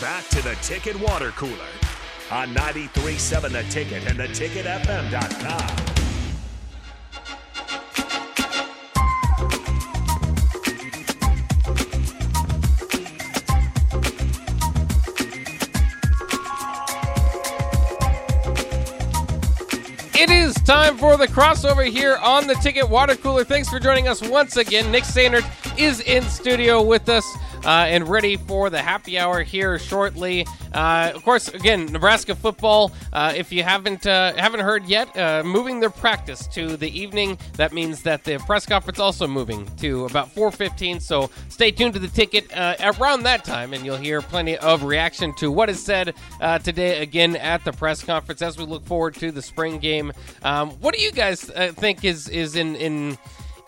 Back to the Ticket Water Cooler on 93.7 The Ticket and theticketfm.com. It is time for the crossover here on the Ticket Water Cooler. Thanks for joining us once again. Nick Sanders is in studio with us uh, and ready for the happy hour here shortly. Uh, of course, again, Nebraska football. Uh, if you haven't uh, haven't heard yet, uh, moving their practice to the evening. That means that the press conference also moving to about 4:15. So stay tuned to the ticket uh, around that time, and you'll hear plenty of reaction to what is said uh, today again at the press conference as we look forward to the spring game. Um, what do you guys uh, think is is in in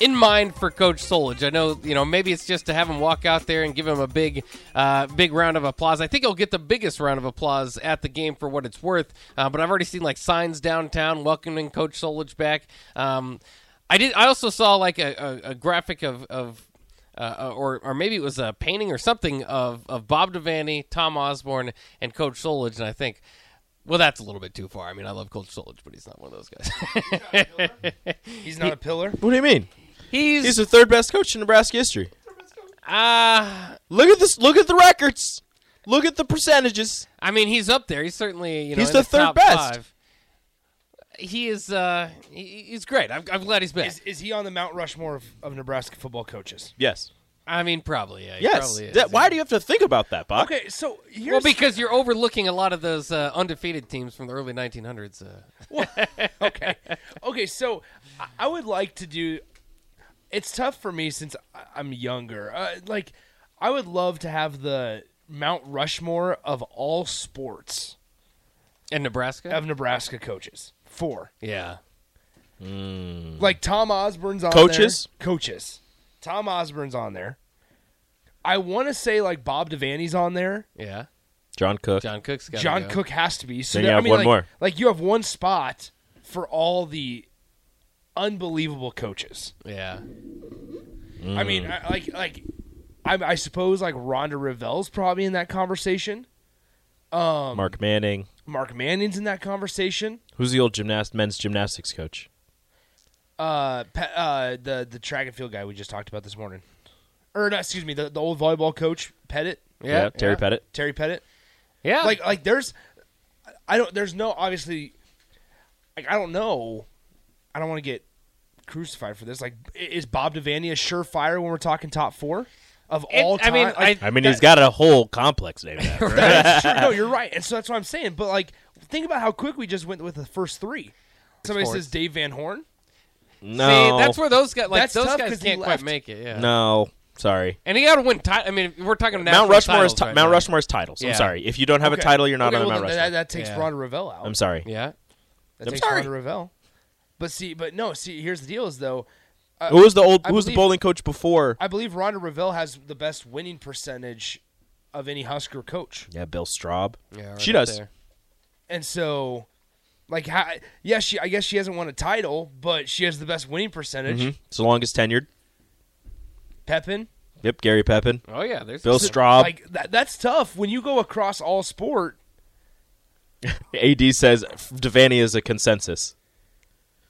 in mind for Coach Solage. I know, you know, maybe it's just to have him walk out there and give him a big, uh, big round of applause. I think he'll get the biggest round of applause at the game for what it's worth. Uh, but I've already seen like signs downtown welcoming Coach Solage back. Um, I did. I also saw like a, a, a graphic of of. Uh, or, or maybe it was a painting or something of, of Bob Devaney, Tom Osborne, and Coach Solage. And I think, well, that's a little bit too far. I mean, I love Coach Solage, but he's not one of those guys. He's not a pillar. What do you mean? He's the third best coach in Nebraska history. uh, Look at this. Look at the records. Look at the percentages. I mean, he's up there. He's certainly you know He's in the third top best. Five. He is. Uh, he- he's great. I'm, I'm glad he's back. Is, is he on the Mount Rushmore of, of Nebraska football coaches? Yes. I mean, probably. Yeah. he Yes. Probably is, That- yeah. why do you have to think about that, Bob? Okay, so here's Well, because you're overlooking a lot of those uh, undefeated teams from the early 1900s. Uh, okay, okay. So I- I would like to do. It's tough for me since I- I'm younger. Uh, like, I would love to have the Mount Rushmore of all sports in Nebraska. of Nebraska coaches. Four, yeah. like Tom Osborne's on Coaches? there. Coaches. Tom Osborne's on there. I want to say like Bob Devaney's on there. Yeah. John Cook. John Cook's got. John go. Cook has to be. So Then you there- I have mean, one like, more. Like you have one spot for all the unbelievable coaches. Yeah. I mean, Mm. I, like like I, I suppose like Ronda Rivell's probably in that conversation. Mark Manning. Mark Manning's in that conversation. Who's the old gymnast men's gymnastics coach? Uh, pe- uh, the the track and field guy we just talked about this morning, or no, excuse me, the, the old volleyball coach Pettit, Yeah. Yeah. Terry Pettit. Terry Pettit. Yeah. like like there's I don't there's no obviously like I don't know I don't want to get crucified for this like i- is Bob Devaney a surefire when we're talking top four of It- all I time mean, Like, I mean, he's got a whole complex named after. him. that's true. no you're right and so that's what I'm saying but like think about how quick we just went with the first three somebody Sports. says Dave Van Horn no. See, that's where those guys like That's those tough guys 'cause he can't quite left. make it. Yeah. No. Sorry. And he got to win. Ti- I mean, we're talking national Mount Rushmore is titles ti- right Mount now. Rushmore's titles. Yeah. I'm sorry. If you don't have a title, you're not Okay, on the well, Mount then Rushmore. that, that takes Yeah. Ronda Revell out I'm sorry. Yeah. that takes sorry. Ronda Revell but see but no see here's the deal is though Who was the old? I Who was the believe- bowling coach before? I believe Ronda Revell has the best winning percentage of any Husker coach yeah, Bill Straub. Yeah. right she up does. there. And so, like, how, yeah, she. I guess she hasn't won a title, but she has the best winning percentage. Mhm. It's the longest tenured. Pepin, Yep, Gary Pepin, Oh yeah. There's Bill Straub. like that, that's tough when you go across all sport. AD says Devaney is a consensus.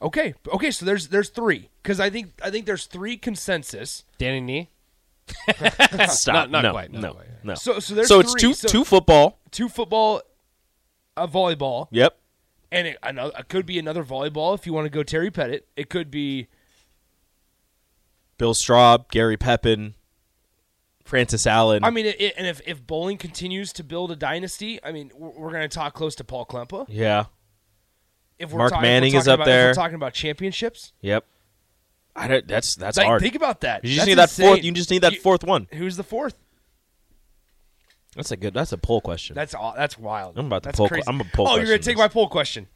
Okay, okay, so there's there's three because I think I think there's three consensus. Danny Nee. Stop. not no, quite, not no, quite. no. So so there's So it's three. two So two football. two football, a volleyball, Yep. and it, another it could be another volleyball if you want to go Terry Pettit. It could be Bill Straub, Gary Pepin, Francis Allen. I mean, it, it, and if if bowling continues to build a dynasty, I mean, we're, we're going to talk close to Paul Klempa. yeah. if we're Mark talking, if we're Manning is talking up about, there. If we're talking about championships. Yep. I don't. That's that's Like, hard. think about that. you just That's need that fourth. insane. You just need that fourth one. Who's the fourth? That's a good. That's a poll question. That's all. That's wild. I'm about to that's poll- Crazy. I'm a poll Oh, you're gonna question take my poll question.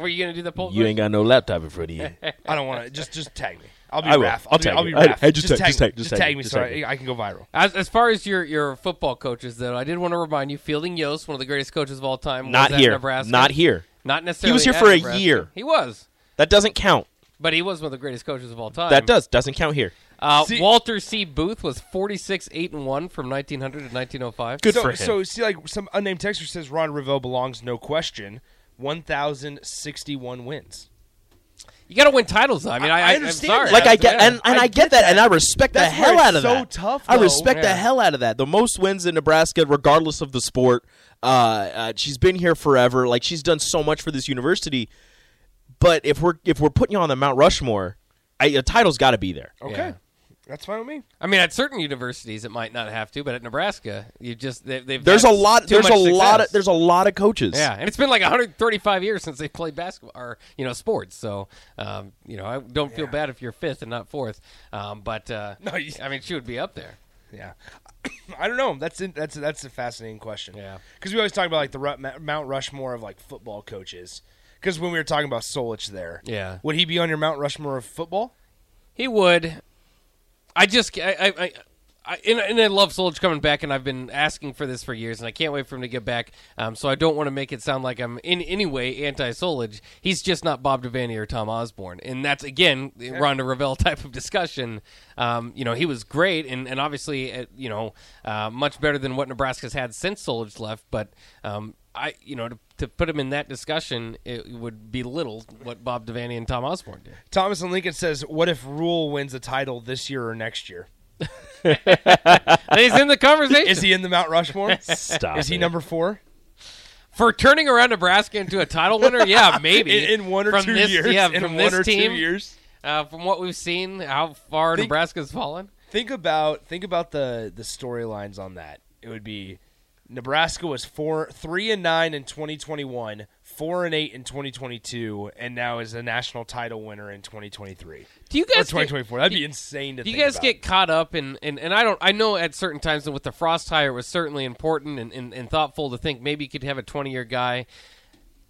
Were you gonna do the poll? you ain't got no laptop in front of you. I don't want to. Just just tag me. I'll be I will. Raph. I'll be, tag I'll be you. Hey, Raph. hey, just tag- just me. tag- just tag me. me Just so tag me. I, I can go viral. As, as far as your, your football coaches, though, I did want to remind you, Fielding Yost, one of the greatest coaches of all time, was Not at here. Nebraska. Not here. Not necessarily. He was here at for a Nebraska. year. He was, That doesn't count. but he was one of the greatest coaches of all time. Um, That does doesn't count here. Uh, See- Walter C. Booth was 46, 8, and 1 from 1900 to 1905. Good so, for him. So see, like some unnamed texter says, Ron Rivell belongs, no question. One thousand sixty-one wins. You got to win titles, though. I mean, I, I I understand am sorry. that. like I That's- get yeah, and, and I I, get that, and I respect That's the where hell it's out of so that. tough, I though. respect Yeah. the hell out of that. The most wins in Nebraska, regardless of the sport. Uh, uh, she's been here forever. Like she's done so much for this university. But if we're if we're putting you on the Mount Rushmore, I, a title's got to be there. Okay, Yeah. that's fine with me. I mean, at certain universities, it might not have to, but at Nebraska, you just they, they've There's had a lot. too There's a much lot. Of, success. there's a lot of coaches. yeah, and it's been like 135 years since they played basketball or you know sports. So um, you know, I don't feel bad if you're fifth and not fourth. Um, but uh, No, you- I mean, she would be up there. Yeah, I don't know. That's in, that's that's a fascinating question. Yeah. because we always talk about like the Ru- Ma- Mount Rushmore of like football coaches. Because when we were talking about Solich, there, Yeah. would he be on your Mount Rushmore of football? He would. I just I I. I I, and, and I love Soldier coming back, and I've been asking for this for years, and I can't wait for him to get back. Um, so I don't want to make it sound like I'm in any way anti-Solage. He's just not Bob Devaney or Tom Osborne, and that's again the Ronda Ravel type of discussion. Um, you know, he was great, and and obviously uh, you know uh, much better than what Nebraska's had since Solage left. But um, I you know to, to put him in that discussion, it would belittle what Bob Devaney and Tom Osborne did. Thomas and Lincoln says, "What if Rule wins a title this year or next year? And he's in the conversation. Is he in the Mount Rushmore? Stop Is he it. number four? for turning around Nebraska into a title winner? Yeah, maybe In, in one or From two this- years? Yeah, in from one this or team, two years? Uh, from what we've seen, how far Think- Nebraska's fallen. Think about think about the the storylines on that. It would be Nebraska was four three and nine in 2021, four and eight in 2022, and now is a national title winner in 2023 Do you or guys 2024. That'd be insane to Do you think guys about. get caught up in and, and I don't I know at certain times and with the frost hire it was certainly important and, and, and thoughtful to think maybe you could have a twenty year guy.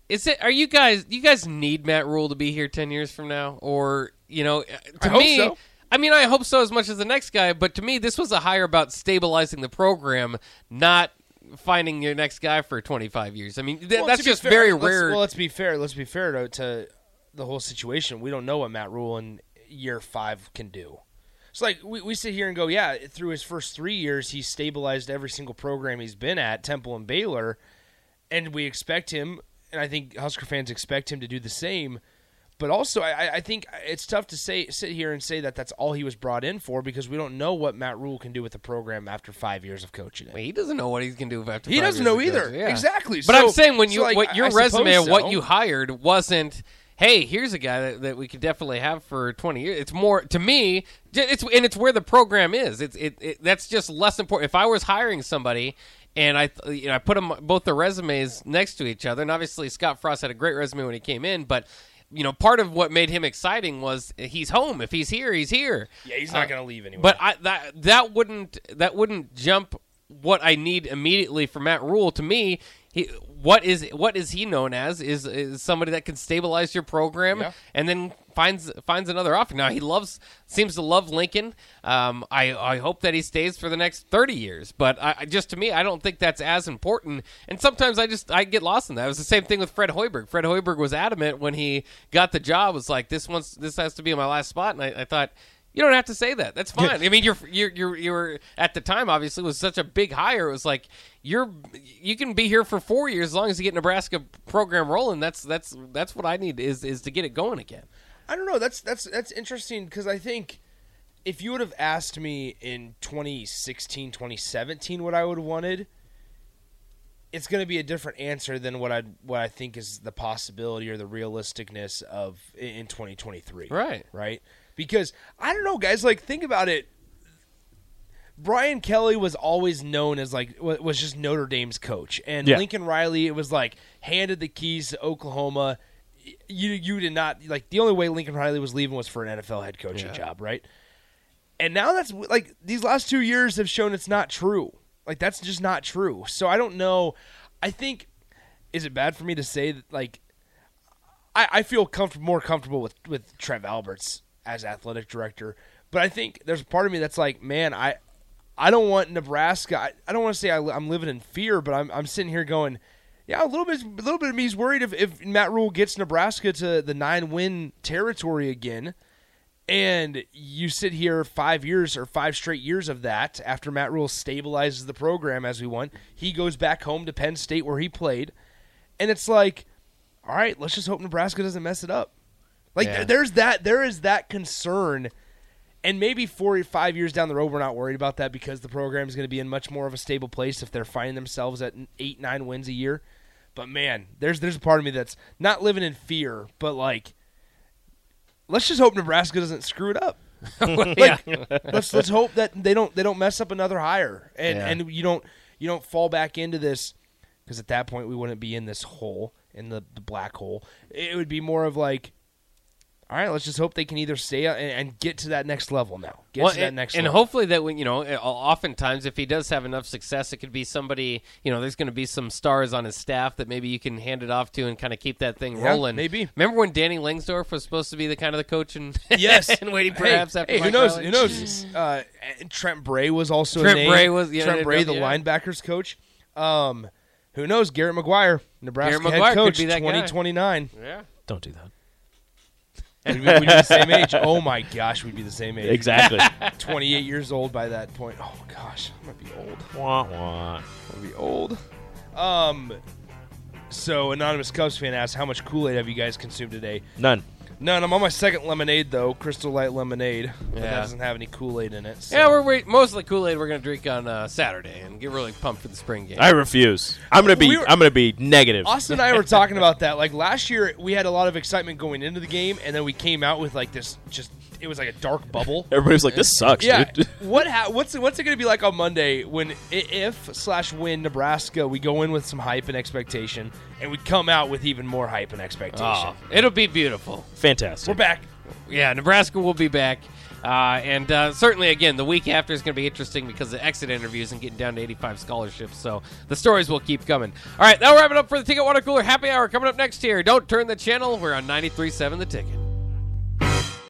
Is it are you guys do you guys need Matt Rule to be here ten years from now? Or you know uh, to hope me so. I mean I hope so as much as the next guy, but to me this was a hire about stabilizing the program, not finding your next guy for twenty five years. I mean th- Well, that's to be just fair, very let's- rare. Well, let's be fair. Let's be fair to, to the whole situation. We don't know what Matt Rule in year five can do. It's like we, we sit here and go, yeah, through his first three years, he stabilized every single program he's been at, Temple and Baylor, and we expect him, and I think Husker fans expect him to do the same. But also, I, I- I think it's tough to say sit here and say that that's all he was brought in for because we don't know what Matt Rule can do with the program after five years of coaching it. he doesn't know what he's gonna do after. He five doesn't years know as either. coach. Yeah. Exactly. But So- I'm saying when you so, like, I- what your I suppose resume and what so. you hired wasn't. Hey, here's a guy that, that we could definitely have for 20 years. It's more to me. j- It's and it's where the program is. It's it, it that's just less important. If I was hiring somebody. And I, th- you know, I put them both their resumes next to each other, and obviously Scott Frost had a great resume when he came in. But, you know, part of what made him exciting was he's home. If he's here, he's here. Yeah, he's not going to leave anyway. But I that that wouldn't that wouldn't jump what I need immediately from Matt Rule to me. He, what is what is he known as? Is, is somebody that can stabilize your program Yeah. and then finds finds another offer. Now he loves seems to love Lincoln. Um, I I hope that he stays for the next thirty years. But I, I just to me, I don't think that's as important. And sometimes I just I get lost in that. It was the same thing with Fred Hoiberg. Fred Hoiberg was adamant when he got the job. Was like this one's this has to be my last spot. And I, I thought. You don't have to say that. That's fine. I mean, you're you're you're you're at the time obviously was such a big hire. It was like you're you can be here for four years as long as you get Nebraska program rolling. That's that's that's what I need is is to get it going again. I don't know. That's that's that's interesting because I think if you would have asked me in 2016, 2017 what I would have wanted, it's going to be a different answer than what I what I think is the possibility or the realisticness of i- in 2023. Right. Right? Because I don't know guys, like think about it. Brian Kelly was always known as like wa- was just Notre Dame's coach, and Yeah. Lincoln Riley it was like handed the keys to Oklahoma. Y- You you did not like the only way Lincoln Riley was leaving was for an NFL head coaching job, right? And now that's like these last two years have shown it's not true. Like that's just not true. So I don't know. I think is it bad for me to say that like I, I feel comfort, more comfortable with with Trev Alberts as athletic director, but I think there's a part of me that's like, man, I I don't want Nebraska. I, I don't want to say I, li- I'm living in fear, but I'm I'm sitting here going, yeah, a little bit, a little bit of me is worried if if Matt Rule gets Nebraska to the nine win territory again And you sit here five years or five straight years of that after Matt Rule stabilizes the program as we want. He goes back home to Penn State where he played. And it's like, all right, let's just hope Nebraska doesn't mess it up. Like Yeah. th- there's that there is that concern. And maybe four or five years down the road, we're not worried about that because the program is going to be in much more of a stable place if they're finding themselves at n- eight, nine wins a year. But man, there's there's a part of me that's not living in fear, but like, let's just hope Nebraska doesn't screw it up. yeah. let's let's hope that they don't they don't mess up another hire, and Yeah. and you don't you don't fall back into this because at that point we wouldn't be in this hole in the, the black hole. It would be more of like, all right, let's just hope they can either stay and, and get to that next level now, get Well, to that and, next and level. hopefully that when you know, uh, oftentimes if he does have enough success, it could be somebody. You know, there's going to be some stars on his staff that maybe you can hand it off to and kind of keep that thing Yeah, rolling. maybe. Remember when Danny Langsdorff was supposed to be the kind of the coach and Yes, and waiting Hey, perhaps after hey, who Mike knows? Riley? Who knows? Uh, and Trent Bray was also a Trent name. Bray was- yeah, Trent they'd Bray, both- the yeah. linebackers coach. Um, who knows? Garrett McGuire, Nebraska Garrett McGuire head could coach, be that guy. twenty twenty nine. Yeah. Don't do that. We'd be, we'd be the same age. Oh my gosh, we'd be the same age. Exactly. Twenty eight years old by that point. Oh my gosh, I might be old. wah, wah. I might be old. Um. So, anonymous Cubs fan asks, "How much Kool Aid have you guys consumed today?" None. None. I'm on my second lemonade though, Crystal Light lemonade. But Yeah. that doesn't have any Kool Aid in it. so- Yeah, we're, we mostly Kool Aid. We're gonna drink on uh, Saturday and get really pumped for the spring game. I refuse. I'm gonna be. We were- I'm gonna be negative. Austin and I were talking about that. Like last year, we had a lot of excitement going into the game, and then we came out with like this. Just it was like a dark bubble. Everybody's like, "This sucks, Yeah. dude." what ha- what's what's it going to be like on Monday when i- if slash when Nebraska we go in with some hype and expectation, and we come out with even more hype and expectation. Oh, it'll be beautiful. Fantastic. We're back. yeah, Nebraska will be back. Uh, and uh, certainly, again, the week after is going to be interesting because of exit interviews and getting down to 85 scholarships. So the stories will keep coming. All right, that'll wrap it up for the Ticket Water Cooler Happy Hour coming up next here. Don't turn the channel. We're on 93.7 The Ticket.